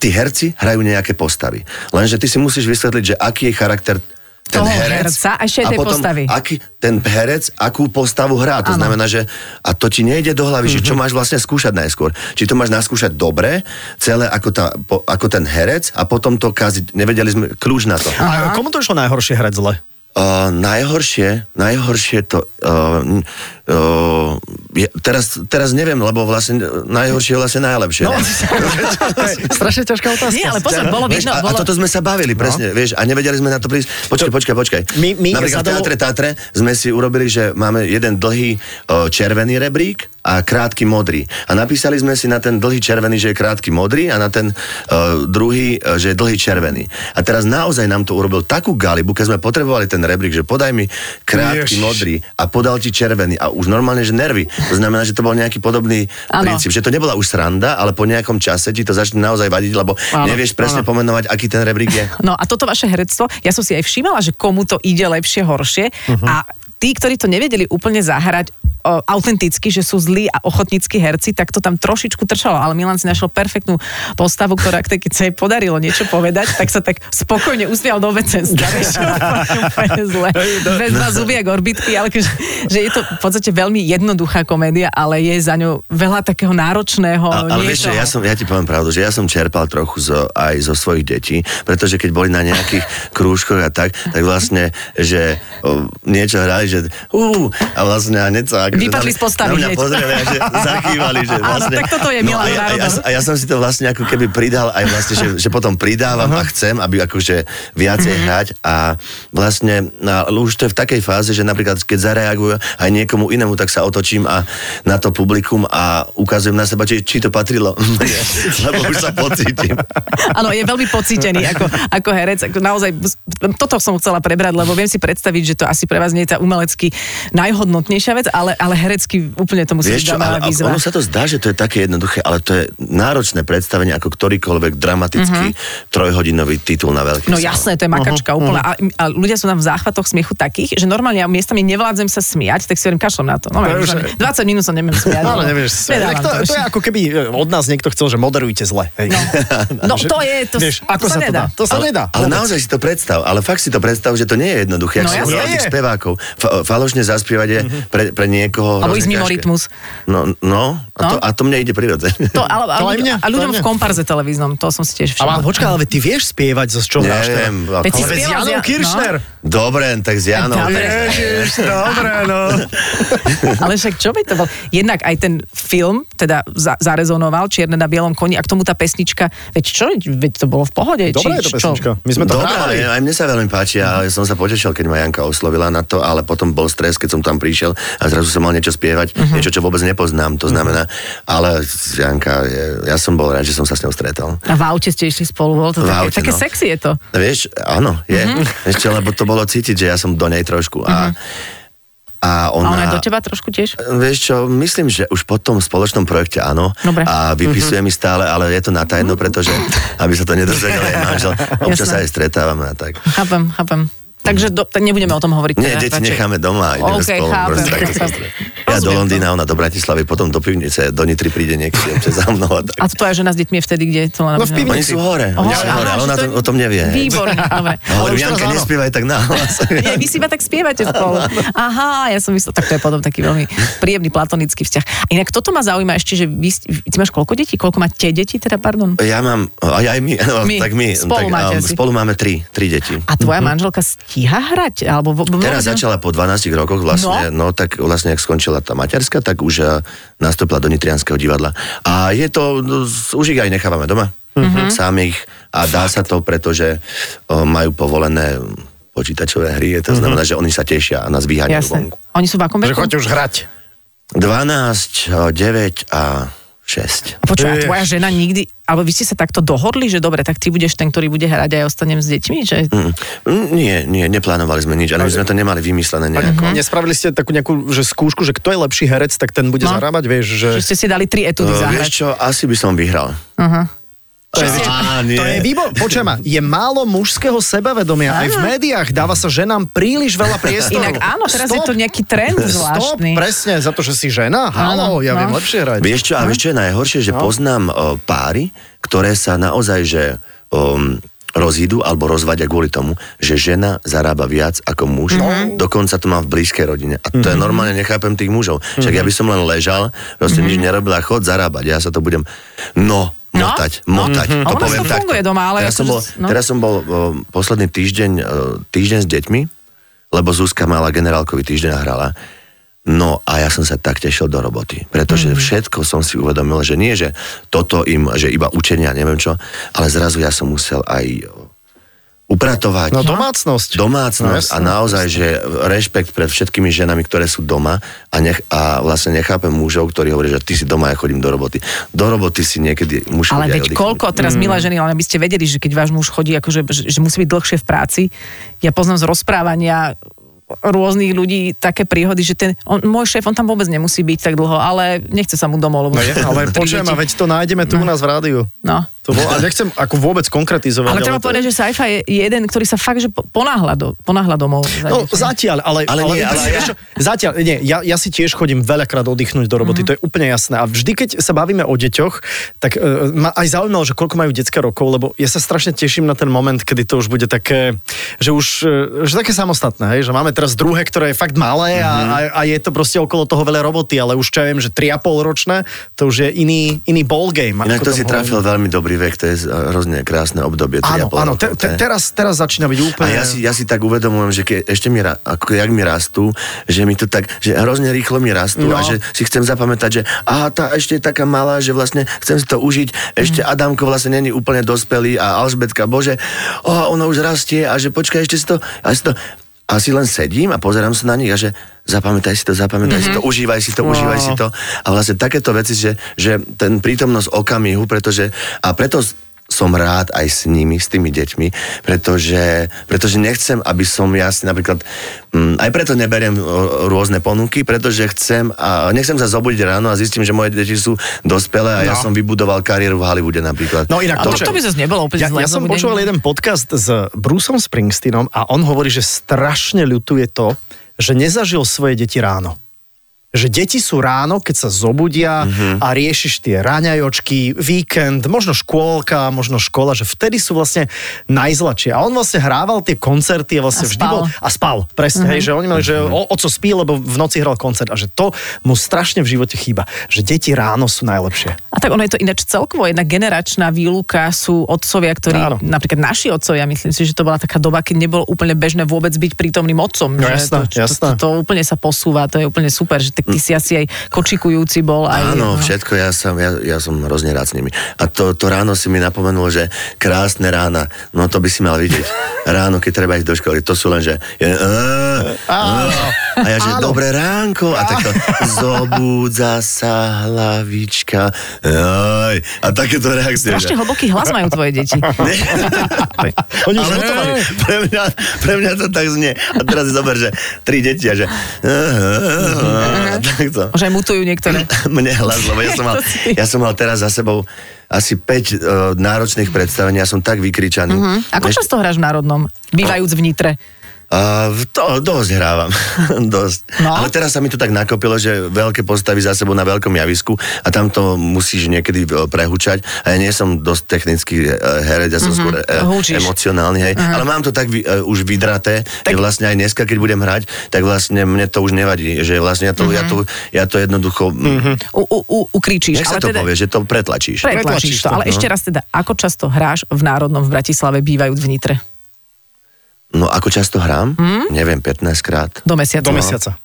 S2: tí herci hrajú nejaké postavy. Lenže ty si musíš vysvetliť, že aký je charakter ten
S3: Toho
S2: herec.
S3: herca a ešte aj tej
S2: potom,
S3: postavy.
S2: Aký, ten herec, akú postavu hrá. To
S3: Áno. Mhm.
S2: znamená, že a to ti nejde do hlavy, mm-hmm. že čo máš vlastne skúšať najskôr. Či to máš naskúšať dobre, celé ako, tá, po, ako ten herec a potom to kaziť. Nevedeli sme kľúč na to.
S5: A komu to išlo najhoršie hrať zle?
S2: Uh, najhoršie, najhoršie to... Uh, uh, je, teraz, teraz neviem, lebo vlastne najhoršie je vlastne najlepšie.
S5: No,
S2: ne?
S5: to je strašne ťažká otázka.
S3: Nie, ale pozor, bolo
S2: Vieš,
S3: vidno,
S2: a,
S3: bolo... No.
S2: a toto sme sa bavili, presne, vieš, a nevedeli sme na to prísť. Počkaj, počkaj, počkaj.
S5: My- my
S2: Napríklad v
S5: zadovo-
S2: Teatre Tatre sme si urobili, že máme jeden dlhý o, červený rebrík a krátky modrý. A napísali sme si na ten dlhý červený, že je krátky modrý a na ten uh, druhý, uh, že je dlhý červený. A teraz naozaj nám to urobil takú galibu, keď sme potrebovali ten rebrík, že podaj mi krátky Ježiš.
S5: Ježiš.
S2: modrý a podal ti červený. A už normálne, že nervy. To znamená, že to bol nejaký podobný
S3: Áno.
S2: princíp. Že to nebola už sranda, ale po nejakom čase ti to začne naozaj vadiť, lebo
S3: Áno,
S2: ano, nevieš presne
S3: áno.
S2: ano. pomenovať, aký ten rebrík je.
S3: No a toto vaše herectvo, ja som si aj všímala, že komu to ide lepšie, horšie
S2: Mhm.
S3: uh-huh. a tí, ktorí to nevedeli úplne zahrať o, autenticky, že sú zlí a ochotnícky herci, tak to tam trošičku trčalo, ale Milan si našiel perfektnú postavu, ktorá, keď sa jej podarilo niečo povedať, tak sa tak spokojne usmial do obecenstva. vieš, úplne zle.
S2: no.
S3: Bez vás zubiek orbitky, ale keďže, že je to v podstate veľmi jednoduchá komédia, ale je za ňou veľa takého náročného
S2: A, ale vieš,
S3: niečoho.
S2: že ja, som, ja ti poviem pravdu, že ja som čerpal trochu zo, aj zo svojich detí, pretože keď boli na nejakých krúžkoch a tak, tak vlastne, že o, niečo hrali, že ú, a vlastne a niečo. Ako,
S3: Vypadli z postavy
S2: Na mňa
S3: hneď.
S2: pozreli a že zakývali, že
S3: Áno,
S2: vlastne.
S3: tak toto je
S2: a, ja, a,
S3: Milan
S2: ja,
S3: Národov.
S2: a ja som si to vlastne ako keby pridal aj vlastne, že, že potom pridávam a chcem, aby akože viacej
S3: Mhm.
S2: hrať a vlastne na, ale už to je v takej fáze, že napríklad keď zareagujú aj niekomu inému, tak sa otočím a na to publikum a ukazujem na seba, či, či to patrilo mne, lebo už sa pocítim.
S3: Áno, je veľmi pocítený ako, ako herec. Ako naozaj, toto som chcela prebrať, lebo viem si predstaviť, že to asi pre vás nie je tá umelecky najhodnotnejšia vec, ale, ale herecky úplne to musí byť
S2: Vieš čo,
S3: zaujímavá
S2: ale
S3: výzva.
S2: ono sa to zdá, že to je také jednoduché, ale to je náročné predstavenie ako ktorýkoľvek dramatický trojhodinový titul na veľký
S3: Mhm. No
S2: sál.
S3: jasné, to je makačka úplne. A, a, ľudia sú tam v záchvatoch smiechu takých, že normálne ja miestami nevládzem sa smiať, tak si hovorím, kašlom na to. No,
S5: To
S3: ja už
S5: už je-
S3: ani 20 minút sa neviem smiať.
S5: Áno,
S3: no.
S5: nevieš.
S3: Nedávam
S5: Tak to,
S3: už.
S5: to je ako keby e, od nás niekto chcel, že moderujte zle. Hej.
S3: No, to je, to,
S5: vieš, ako
S3: to sa nedá.
S5: To, dá? to sa
S2: ale,
S5: nedá.
S2: Ale naozaj si to predstav, ale fakt si to predstav, že to nie je jednoduché.
S3: No
S2: No, ja
S3: jasne.
S2: tých
S5: Je.
S2: spevákov. Fa- falošne zaspievať je pre, pre niekoho
S3: Alebo
S2: hrozne
S3: ísť mimo
S2: ťažké.
S3: rytmus.
S2: No, no, a,
S3: No.
S2: To, a to mne ide prirodzene.
S3: To, ale, a,
S5: To aj
S3: ľuďom-
S5: mňa,
S3: a ľuďom
S5: to
S3: v
S5: aj mňa.
S3: komparze televíznom, to som si tiež
S5: Ale
S3: všimla.
S5: počkaj, ale ty vieš spievať, zo z čoho hráš teda?
S2: Neviem. Ako...
S3: Veď si
S5: Ale s
S3: Spieval
S5: Janou
S3: z-
S5: Kiršner.
S2: Dobre, tak s Janou.
S3: Dobre.
S2: tak-
S5: Ježiš, dobre, no.
S3: Ale však čo by to bol? Jednak aj ten film teda za, zarezonoval, Čierne na bielom koni a k tomu tá pesnička, veď čo, veď to bolo v pohode. či,
S5: Dobre je to
S3: čo?
S5: pesnička. My sme to
S2: Dobre,
S5: hrávali.
S2: aj, aj mne sa veľmi páči a som sa potešil, keď ma Janka oslovila na to, ale potom bol stres, keď som tam prišiel a zrazu som mal niečo spievať,
S3: Mhm.
S2: uh-huh. niečo, čo vôbec nepoznám, to znamená, ale Janka, je- ja som bol rád, že som sa s ňou stretol.
S3: A v aute ste išli spolu, bolo to
S2: V
S3: také,
S2: aute,
S3: také
S2: no.
S3: sexy je to.
S2: Vieš, áno, je.
S3: Mhm.
S2: Mm-hmm. Ešte, lebo to bolo cítiť, že ja som do nej trošku. A, a
S3: A
S2: ona...
S3: ona je do teba trošku tiež?
S2: Vieš čo, myslím, že už po tom spoločnom projekte áno.
S3: Dobre. Mhm.
S2: A vypisuje mi stále, ale je to natajno, pretože aby sa to nedozvedel aj manžel. Občas sa
S3: Jasné.
S2: aj stretávame a tak.
S3: Chápem, chápem. Takže do, t- nebudeme o tom hovoriť.
S2: Nie,
S3: teda
S2: deti
S3: radšej.
S2: necháme doma a ideme
S3: OK,
S2: spolu.
S3: chápem.
S2: proste takto sa
S3: Chápem.
S2: stretneme. ja do
S3: Rozumiem
S2: Londýna, ona do Bratislavy, potom do pivnice, do Nitry príde niekedy občas za mnou a tak.
S3: A to tvoja žena s deťmi je vtedy, kde je to len...
S5: No v
S2: Oni
S5: pivnici.
S2: sú hore,
S3: Oh,
S2: oni sú
S3: aha,
S2: hore, ale
S3: že
S2: ona
S3: to
S2: to,
S3: je-
S2: o tom nevie.
S3: Výborne, dobre.
S2: A hovorím,
S5: Ale už teraz
S2: Janka,
S5: áno.
S2: nespievaj tak nahlas.
S3: Ja, vy si iba tak spievate spolu. Aha, ja som myslela, tak to je potom taký veľmi príjemný platonický vzťah. A inak toto ma zaujíma ešte, že vy, ste- ty máš koľko detí? Koľko máte detí teda, pardon?
S2: Ja mám, aj, aj my, no,
S3: My.
S2: my, tak my,
S3: Spolu
S2: tak,
S3: máte
S2: um,
S3: asi.
S2: spolu máme tri, tri deti.
S3: A tvoja
S5: Mhm.
S3: manželka stíha hrať? Alebo vo, vo,
S2: Teraz
S3: vôbec-
S2: začala po 12 rokoch vlastne, no. no tak vlastne, ak skončila tá materská, tak už eh, nastúpila do Nitrianského divadla. A je to, no, z- už ich aj nechávame doma,
S3: Mhm.
S2: mm-hmm. samých. A dá sa to, pretože o, majú povolené počítačové hry,
S3: Mhm.
S2: to znamená, že oni sa tešia a nás vyháňajú
S3: Jasné.
S2: vonku.
S3: Oni sú v akom
S5: Že
S3: veku?
S5: choď už hrať.
S2: Mhm. 12, o, 9 e, a 6.
S3: Počúva, a
S5: Vieš.
S3: tvoja žena nikdy, alebo vy ste sa takto dohodli, že dobre, tak ty budeš ten, ktorý bude hrať a ja ostanem s deťmi? Že...
S2: Mm, mm, nie, nie, neplánovali sme nič, ale my sme to nemali vymyslené nejako.
S5: Nespravili ste takú nejakú že skúšku, že kto je lepší herec, tak ten bude
S3: No.
S5: zarábať, vieš, že... No,
S3: že ste si dali tri etudy
S2: Eh,
S3: zahrať.
S2: vieš čo, asi by som vyhral.
S3: Aha.
S2: Čo Á, nie.
S5: To je výbor. Počujem ma, je málo mužského sebavedomia. Aj v médiách dáva sa ženám príliš veľa priestoru.
S3: Inak áno, teraz je
S5: Stop.
S3: to nejaký trend
S5: Stop,
S3: zvláštny.
S5: presne, za to, že si žena? Halo, ja
S3: no.
S5: viem lepšie hrať.
S2: Vieš čo, a vieš čo je najhoršie, že poznám o, páry, ktoré sa naozaj, že um, rozídu alebo rozvadia kvôli tomu, že žena zarába viac ako muž. Mm-hmm. Dokonca to mám v blízkej rodine. A to mm-hmm. je normálne, nechápem tých mužov. Však ja by som len ležal, proste mm-hmm. nič nerobil a chod zarábať. Ja sa to budem, no,
S3: No,
S2: motať,
S3: no.
S2: motať.
S3: Mhm.
S2: Hm, To
S3: A ono
S2: poviem
S3: to
S2: takto.
S3: funguje doma, ale
S2: teraz, som
S3: akože-
S2: bol,
S3: no.
S2: teraz som bol o, posledný týždeň, o, týždeň s deťmi, lebo Zuzka mala generálkový týždeň a hrala. No a ja som sa tak tešil do roboty, pretože
S3: Mhm.
S2: mm. všetko som si uvedomil, že nie, že toto im, že iba učenia, neviem čo, ale zrazu ja som musel aj upratovať.
S5: No domácnosť.
S2: domácnosť a
S5: No, jasné.
S2: naozaj, že rešpekt pred všetkými ženami, ktoré sú doma a, nech, a vlastne nechápem mužov, ktorí hovoria, že ty si doma, ja chodím do roboty. Do roboty si niekedy muž chodí aj
S3: Ale veď
S2: oddychnúť.
S3: koľko, teraz
S5: Mm.
S3: milé ženy, ale aby ste vedeli, že keď váš muž chodí, akože, že, že musí byť dlhšie v práci, ja poznám z rozprávania rôznych ľudí také príhody, že ten, on, môj šéf, on tam vôbec nemusí byť tak dlho, ale nechce sa mu domov, lebo...
S5: No je, ale
S3: tri
S5: počujem,
S3: deti.
S5: a veď to nájdeme tu u nás v rádiu.
S3: No.
S5: To bolo, a nechcem ako vôbec konkretizovať.
S3: Ale treba
S5: No, to-
S3: povedať, že Saifa je jeden, ktorý sa fakt, že po- ponáhla, do, ponáhla domov.
S5: No zatiaľ, ale...
S2: Ale nie, ale ja-
S5: vieš čo, Zatiaľ, nie, ja, ja si tiež chodím veľakrát oddychnúť do
S2: Mhm.
S5: roboty, mm. to je úplne jasné. A vždy, keď sa bavíme o deťoch, tak e, ma aj zaujímalo, že koľko majú detské rokov, lebo ja sa strašne teším na ten moment, kedy to už bude také, že už e, že také samostatné, hej? že máme teraz druhé, ktoré je fakt malé a,
S2: Mhm.
S5: a, a je to proste okolo toho veľa roboty, ale už čo ja viem, že 3,5 ročné, to už je iný, iný ballgame.
S2: Inak to
S5: ako tam
S2: si
S5: hovorím.
S2: trafil veľmi dobrý vek, to je z- hrozne krásne obdobie. tri a
S5: Áno,
S2: pol
S5: áno,
S2: rokov, to
S5: te, te,
S2: je-
S5: teraz, teraz začína byť úplne...
S2: A ja si, ja si tak uvedomujem, že ke, ešte mi, ra- ako jak mi rastú, že mi to tak, že hrozne rýchlo mi rastú no. a
S5: No.
S2: že si chcem zapamätať, že aha, tá ešte je taká malá, že vlastne chcem si to užiť, ešte
S5: Mhm.
S2: mm. Adamko vlastne není úplne dospelý a Alžbetka, bože, oh, ona už rastie a že počkaj, ešte si to, a si to, a si len sedím a pozerám sa na nich a že zapamätaj si to, zapamätaj mm-hmm. si to, užívaj si to, užívaj si to. A vlastne takéto veci, že, že ten prítomnosť okamihu, pretože, a preto som rád aj s nimi, s tými deťmi, pretože, pretože nechcem, aby som ja si napríklad, mm, aj preto neberiem o, rôzne ponuky, pretože chcem, a nechcem sa zobudiť ráno a zistím, že moje deti sú dospelé a no. ja
S5: No.
S2: som vybudoval kariéru v Hollywoode napríklad.
S5: No
S2: A
S5: inak
S3: to,
S5: že-
S3: to by zase nebolo úplne
S5: Ja,
S3: zlé
S5: ja som
S3: zobudenie.
S5: počúval jeden podcast s Bruceom Springsteenom a on hovorí, že strašne ľutuje to, že nezažil svoje deti ráno. Že deti sú ráno, keď sa zobudia a riešiš tie ráňajočky, víkend, možno škôlka, možno škola, že vtedy sú vlastne najzlačie. A on vlastne hrával tie koncerty a
S3: A
S5: vlastne vždy
S3: spal.
S5: bol... A spal, presne, hej, že oni mali, že o, oco spí, lebo v noci hral koncert a že to mu strašne v živote chýba. Že deti ráno sú najlepšie.
S3: A tak ono je to ináč celkovo jedna generačná výluka sú otcovia, ktorí, Áno.
S5: Áno.
S3: napríklad naši otcovia, myslím si, že to bola taká doba, keď nebolo úplne bežné vôbec byť prítomným otcom.
S5: No
S3: že
S5: jasné,
S3: to, to,
S5: jasné.
S3: To, to, úplne sa posúva, to je úplne super, že tak ty si asi aj kočikujúci bol. Aj, no.
S2: Áno, všetko, ja som, ja, ja som hrozne rád s nimi. A to, to ráno si mi napomenulo, že krásne rána, no to by si mal vidieť. Ráno, keď treba ísť do školy, to sú len, že... Je, á, á. a ja, že dobré ránko, a takto zobúdza sa hlavička. Aj, a takéto reakcie.
S3: Strašne
S2: že-
S3: hlboký hlas majú tvoje deti.
S5: Oni už
S2: Ale
S5: hotovali.
S2: pre, mňa, pre mňa to tak znie. A teraz si zober, že tri deti a že...
S3: Mhm.
S2: A takto.
S3: Že aj mutujú niektoré.
S2: Mne hlas, lebo ja som, mal,
S3: To si-
S2: ja som mal teraz za sebou asi 5 uh, náročných predstavení, ja som tak vykričaný.
S3: Hm? Ako
S2: Ešte-
S3: často hráš v Národnom, bývajúc v Nitre?
S2: a v- to dosť hrávam, dosť.
S3: No.
S2: Ale teraz sa mi to tak nakopilo, že veľké postavy za sebou na veľkom javisku a tam to musíš niekedy e, prehučať. A ja nie som dosť technický e, herec, ja
S3: Mhm.
S2: som skôr e,
S3: Hučíš.
S2: emocionálny, hej.
S3: Mhm.
S2: Ale mám to tak vy- e, už vydraté, tak... že vlastne aj dneska, keď budem hrať, tak vlastne mne to už nevadí, že vlastne ja to,
S3: Mhm.
S2: ja to, ja to jednoducho... mm,
S3: U, u, u, ukričíš.
S2: Jak sa
S3: ale
S2: to
S3: teda-
S2: povie, že to no. pretlačíš?
S3: Pretlačíš to,
S5: no.
S3: ale ešte raz teda, ako často hráš v Národnom v Bratislave bývajúc v Nitre?
S2: No ako často hrám?
S3: Hm?
S2: Neviem, 15 krát.
S3: Do mesiaca.
S5: Do mesiaca.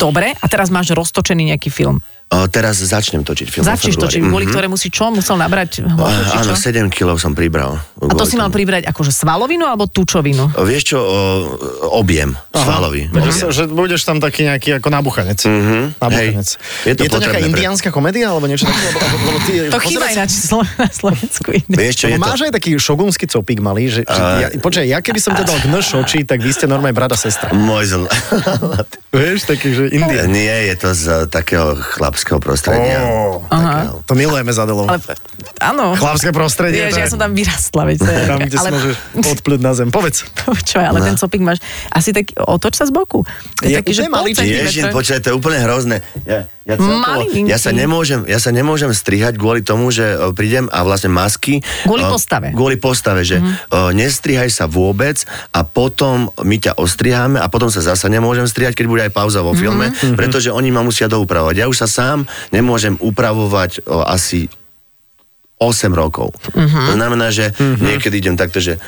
S3: Dobre, a teraz máš roztočený nejaký film.
S2: O, teraz začnem točiť film. vo februári.
S3: Začneš
S2: Mhm.
S3: točiť, kvôli
S5: Mhm.
S3: ktorému si čo? Musel
S5: Eh,
S3: nabrať
S2: Á,
S3: hmotu, či
S2: Áno,
S3: čo?
S2: 7 kg som pribral.
S3: A to si mal pribrať akože svalovinu alebo tučovinu?
S2: Vieš čo, o, objem, svalový.
S5: Takže sa,
S2: objem.
S5: že budeš tam taký nejaký ako nábuchanec. Mm-hmm. Nábuchanec.
S2: Hej.
S5: Je to, je to nejaká
S2: potrebné pre-
S5: indiánska komédia alebo niečo také? Lebo, lebo ty,
S3: To chýba
S5: pozerať-
S3: ináč slo- na Slovensku. iné.
S2: Mhm. Vieš čo, je
S5: Lebo
S2: to...
S5: máš aj taký šogunský copík malý, že, že ja, počkaj, ja keby som to dal k nš oči, tak vy ste normálne brada sestra.
S2: Môj zl...
S5: Vieš, taký, že India.
S2: Nie, je to z takého chlapského prostredia.
S5: Ó,
S2: Takého.
S5: To milujeme za dolou.
S3: Ale áno.
S5: Chlapské prostredie.
S3: Vieš,
S5: to je
S3: ja som tam vyrastla, veď. to je-
S5: Tam, kde ale... si
S3: ale,
S5: môžeš odplúť na zem. Povedz.
S3: Čo, ale ten copik máš asi taký, otoč sa z boku.
S5: Je
S3: taký, že
S5: úplne
S3: pol
S5: maličký.
S3: centimetra.
S2: Ježin, počkaj, to je úplne hrozné. Ja, ja, celkovo,
S3: Malinký.
S2: ja, sa nemôžem, ja sa nemôžem strihať kvôli tomu, že e, prídem a vlastne masky... e,
S3: Kvôli postave. Mhm.
S2: Kvôli postave, že mm. nestrihaj sa vôbec a potom my ťa ostriháme a potom sa zasa nemôžem strihať, keď bude aj pauza
S3: Mhm.
S2: vo filme, pretože oni ma musia doupravovať. Ja už sa sám nemôžem upravovať e, asi 8 rokov. To znamená, že niekedy idem takto, že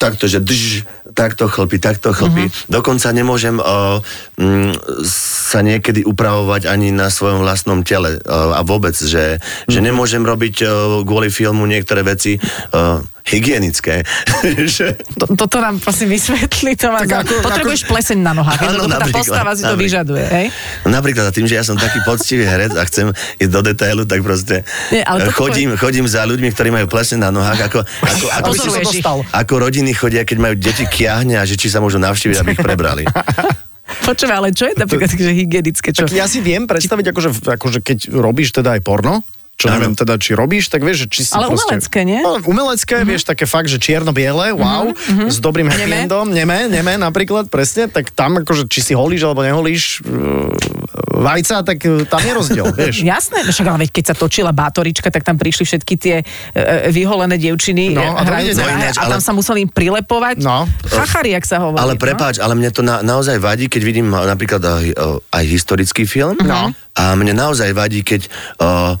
S2: takto, že drž, takto chlpí, takto chlpí. Dokonca nemôžem uh, m, sa niekedy upravovať ani na svojom vlastnom eh, tele. Uh, a vôbec, že, že nemôžem robiť uh, kvôli filmu niektoré veci. Uh, hygienické. že...
S3: To, toto nám prosím vysvetli, to
S5: Tak
S3: ako,
S5: ako-
S3: potrebuješ ako... pleseň na nohách,
S2: Áno,
S3: ano, tá
S2: napríklad,
S3: postava si to
S2: napríklad.
S3: vyžaduje, hej?
S2: Napríklad za tým, že ja som taký poctivý herec a chcem ísť do detailu, tak proste
S3: Nie, ale to-
S2: chodím, chodím za ľuďmi, ktorí majú plesne na nohách, ako, ako, ako,
S5: Aby si sa
S3: Pozoruješ ich.
S5: dostal.
S2: ako rodiny chodia, keď majú deti kiahne a že či sa môžu navštíviť, aby ich prebrali.
S3: Počúvaj, ale čo je napríklad že hygienické, čo?
S5: Tak ja si viem predstaviť, akože, akože keď robíš teda aj porno, čo
S2: Áno.
S5: neviem teda, či robíš, tak vieš, že či si
S3: Ale
S5: proste,
S3: umelecké, nie?
S5: Ale Mhm. umelecké, vieš, také fakt, že čierno-biele, wow, s dobrým happy
S3: Neme.
S5: endom, Mhm, neme, neme napríklad, presne, tak tam akože, či si holíš alebo neholíš uh, vajca, tak eh, tam je rozdiel, vieš.
S3: Jasné, no však ale veď keď sa točila Bátorička, tak tam prišli všetky tie e, vyholené dievčiny e,
S5: No, a to
S3: hrajúce
S5: vidíte.
S3: na-
S2: No ináč,
S3: a tam
S2: ale-
S3: sa museli im prilepovať.
S5: No.
S3: Chachari, jak sa hovorí.
S2: Ale
S3: no.
S2: prepáč, ale mne to na, naozaj vadí, keď vidím uh, napríklad aj, uh, aj historický film.
S5: No.
S2: A mne naozaj vadí, keď uh,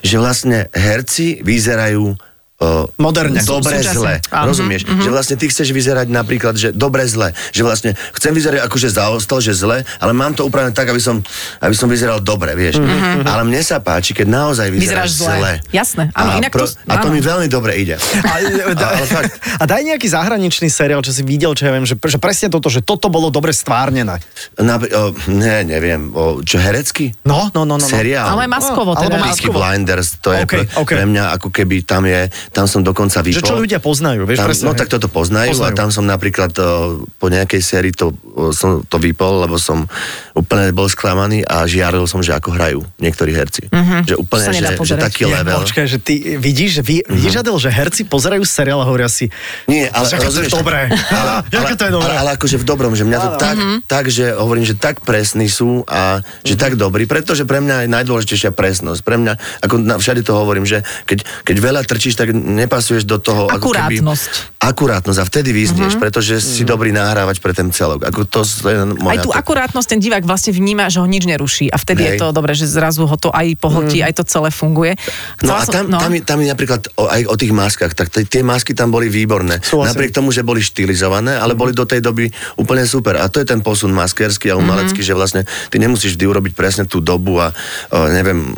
S2: že vlastne herci vyzerajú uh,
S5: Moderne.
S2: Dobre,
S3: Súčasne. Mhm.
S2: zle.
S5: Áno.
S2: Rozumieš? Že vlastne ty chceš vyzerať napríklad, že dobre, zle. Že vlastne chcem vyzerať akože zaostal, že zle, ale mám to upravené tak, aby som, aby som vyzeral dobre, vieš. Ale mne sa páči, keď naozaj vyzeráš,
S3: Mhm. Vyzeráš zle. Jasné, áno,
S2: a,
S3: inak to-
S2: a to
S3: áno.
S2: mi veľmi dobre ide.
S5: A, e,
S2: ale fakt.
S5: a daj nejaký zahraničný seriál, čo si videl, čo ja viem, že, že presne toto, že toto bolo dobre stvárnené.
S2: Napr- o, ne, neviem, o, čo herecky?
S5: No, no, no, no. no.
S2: Seriál.
S3: Ale maskovo
S5: Alebo
S3: teda.
S5: mas-
S2: Peaky Blinders, to je
S5: OK,
S2: okay, pre,
S5: OK.
S2: okay. pre mňa ako keby tam je, tam som dokonca vypol.
S5: Že čo ľudia poznajú, vieš,
S2: Tam,
S5: presne.
S2: no
S5: hej.
S2: tak toto poznajú, a
S5: Poznajú.
S2: tam som napríklad o, po nejakej sérii to, o, som to vypol, lebo som úplne bol sklamaný a žiaril som, že ako hrajú niektorí herci.
S5: Mhm.
S2: Že úplne,
S3: To sa
S2: že,
S3: nedá
S2: že
S3: pozerať.
S2: taký
S5: Nie,
S2: level. Mhm.
S5: Počkaj, že ty vidíš, že vy, vidíš, Adel, že herci pozerajú seriál a hovoria si,
S2: Nie, ale
S5: Že aké to je
S2: rozumieš,
S5: dobré.
S2: Ale, ale,
S5: Aké to je dobré.
S2: Ale, ale akože v dobrom, že mňa to
S5: Áno.
S2: tak,
S3: Mhm.
S2: tak, že hovorím, že tak presní sú a že tak dobrí, pretože pre mňa je najdôležitejšia presnosť. Pre mňa, ako na, všade to hovorím, že keď, keď veľa trčíš, tak nepasuješ do toho... ako keby-
S3: Akurátnosť. Mhm.
S2: Akurátnosť a vtedy vyznieš, pretože si dobrý nahrávač pre ten celok. Ako to, to je no. moja...
S3: Aj tú
S2: tak-
S3: akurátnosť ten divák vlastne vníma, že ho nič neruší a vtedy je
S2: Hej. Mm.
S3: to dobre, že zrazu ho to aj pohltí, aj to celé funguje.
S2: No
S3: Chcela
S2: a
S3: som-
S2: tam,
S3: no.
S2: tam, je, tam je napríklad o, aj o tých maskách, tak t- tie masky tam boli výborné.
S5: Súhlasím. Mhm.
S2: Napriek tomu, že boli štilizované, ale boli do tej doby úplne super. A to je ten posun maskerský
S3: Mhm.
S2: a umelecký, že vlastne ty nemusíš vždy urobiť presne tú dobu a o, neviem,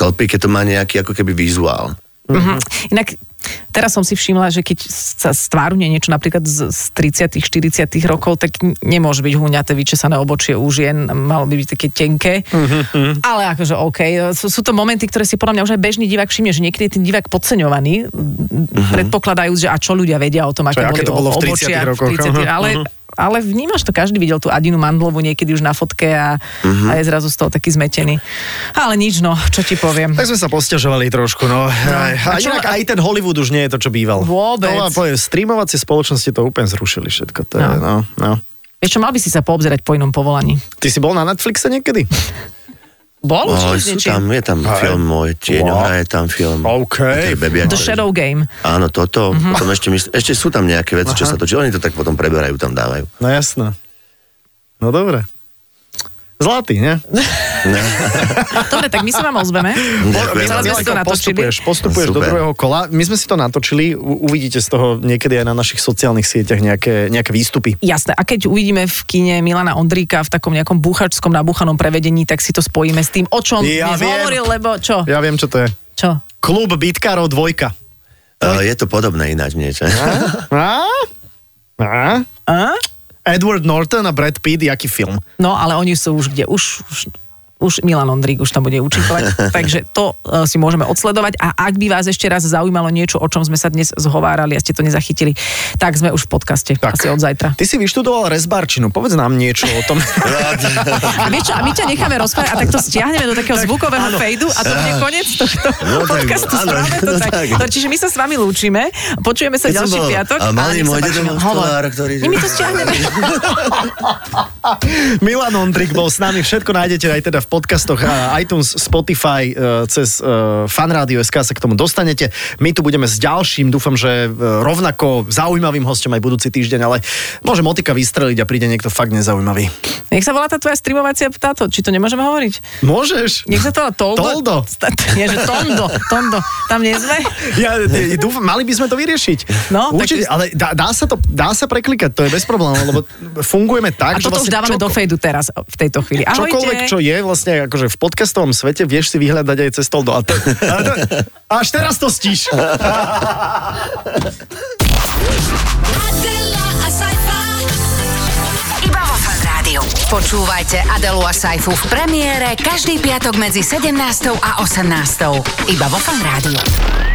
S2: chlpy, keď to má nejaký ako keby vizuál.
S3: Mhm. Inak teraz som si všimla, že keď sa stvárne niečo napríklad z, z 30 40 rokov, tak n- nemôže byť húňaté, vyčesané obočie u žien, malo by byť také tenké.
S5: Mhm,
S3: Ale akože OK, sú, sú to momenty, ktoré si podľa mňa už aj bežný divák všimne, že niekedy je ten divák podceňovaný, predpokladajúc, že a čo ľudia vedia o tom, aké,
S5: Mhm. aké
S3: boli
S5: to bolo
S3: o-
S5: v 30
S3: obočia
S5: rokoch, Mhm,
S3: v 30
S5: aha,
S3: ale ale vnímaš to, každý videl tú Adinu Mandlovu niekedy už na fotke a, a
S5: Mhm.
S3: je zrazu z toho taký zmetený. Ale nič no, čo ti poviem.
S5: Tak sme sa posťažovali trošku, no. Aj, a
S3: A čo-
S5: inak aj ten Hollywood už nie je to, čo býval.
S3: Vôbec.
S5: To vám poviem, streamovacie spoločnosti to úplne zrušili všetko. To je, no. No,
S3: Vieš čo, mal by si sa poobzerať po inom povolaní.
S5: Ty si bol na Netflixe niekedy?
S3: Bol
S2: Oj,
S3: už
S2: sú
S3: niečím?
S2: tam, je tam film môj, tieňohra, je tam film.
S5: OK.
S2: Peter Bebiak,
S3: The
S2: ktorý-
S3: Shadow Mhm. Game.
S2: Áno, toto. Potom ešte, mysl- ešte sú tam nejaké veci, čo sa točí. Oni to tak potom preberajú, tam dávajú.
S5: No jasné. No dobre. Zlatý, ne?
S3: Dobre, tak my sa vám ozveme.
S2: Ďakujem.
S3: Celé sme si to
S5: Milanko,
S3: natočili.
S5: postupuješ, postupuješ do
S2: Super.
S5: druhého kola. My sme si to natočili, u- uvidíte z toho niekedy aj na našich sociálnych sieťach nejaké, nejaké výstupy.
S3: Jasné, a keď uvidíme v kine Milana Ondríka v takom nejakom búchačskom nabúchanom prevedení, tak si to spojíme s tým, o čom
S5: Ja
S3: dnes
S5: viem.
S3: hovoril, lebo čo?
S5: Ja viem, čo to je.
S3: Čo?
S5: Klub bitkárov dvojka.
S2: Uh, je to podobné ináč niečo.
S5: A? A?
S3: A?
S5: Edward Norton a Brad Pitt, jaký film?
S3: No, ale oni sú už kde? Už, už už Milan Ondrík už tam bude učitovať, takže to e, si môžeme odsledovať a ak by vás ešte raz zaujímalo niečo, o čom sme sa dnes zhovárali a ste to nezachytili, tak sme už v podcaste, tak. asi od zajtra.
S5: Ty si vyštudoval rezbarčinu, povedz nám niečo o tom.
S3: A vieš čo, a my ťa necháme rozprávať a tak to stiahneme do takého zvukového fejdu a to bude koniec tohto
S2: No tak,
S3: podcastu.
S2: áno,
S3: Správame to
S2: no
S3: tak.
S2: tak.
S3: No, čiže my sa s vami lúčime, počujeme sa
S2: Keď som
S3: ďalší
S2: bol-
S3: piatok.
S2: a malý
S3: nech sa
S2: môj
S3: páči,
S2: dedo bol
S3: Milan. Hovor.
S2: stolár, ktorý-
S3: My to stiahneme.
S5: Milan Ondrik bol s nami, všetko nájdete aj teda v podcastoch a iTunes, Spotify, e, cez e, fanradio.sk sa k tomu dostanete. My tu budeme s ďalším, dúfam, že e, rovnako zaujímavým hostom aj budúci týždeň, ale môže motika vystreliť a príde niekto fakt nezaujímavý.
S3: Nech sa volá tá tvoja streamovacia táto, či to nemôžeme hovoriť?
S5: Môžeš?
S3: Nech sa to volá Toldo.
S5: Toldo.
S3: Sta- Nie, že Tondo. Tondo. Tam nie sme?
S5: Ja, ja dúfam, mali by sme to vyriešiť.
S3: No, tak-
S5: Určite, ale dá, dá, sa to, dá sa preklikať, to je bez problémov, lebo fungujeme
S3: A
S5: tak, že
S3: toto už
S5: vlastne
S3: dávame do fejdu teraz, v tejto chvíli. Ahojte.
S5: Čokoľvek, čo je vlastne akože v podcastovom svete, vieš si vyhľadať aj cez toldo. A to, a to, až teraz to stíš.
S4: Adela, a sci-fi.
S1: Iba vo Fan Rádiu. Počúvajte Adelu a Saifu v premiére každý piatok medzi 17. a 18. Iba vo Fan Rádiu.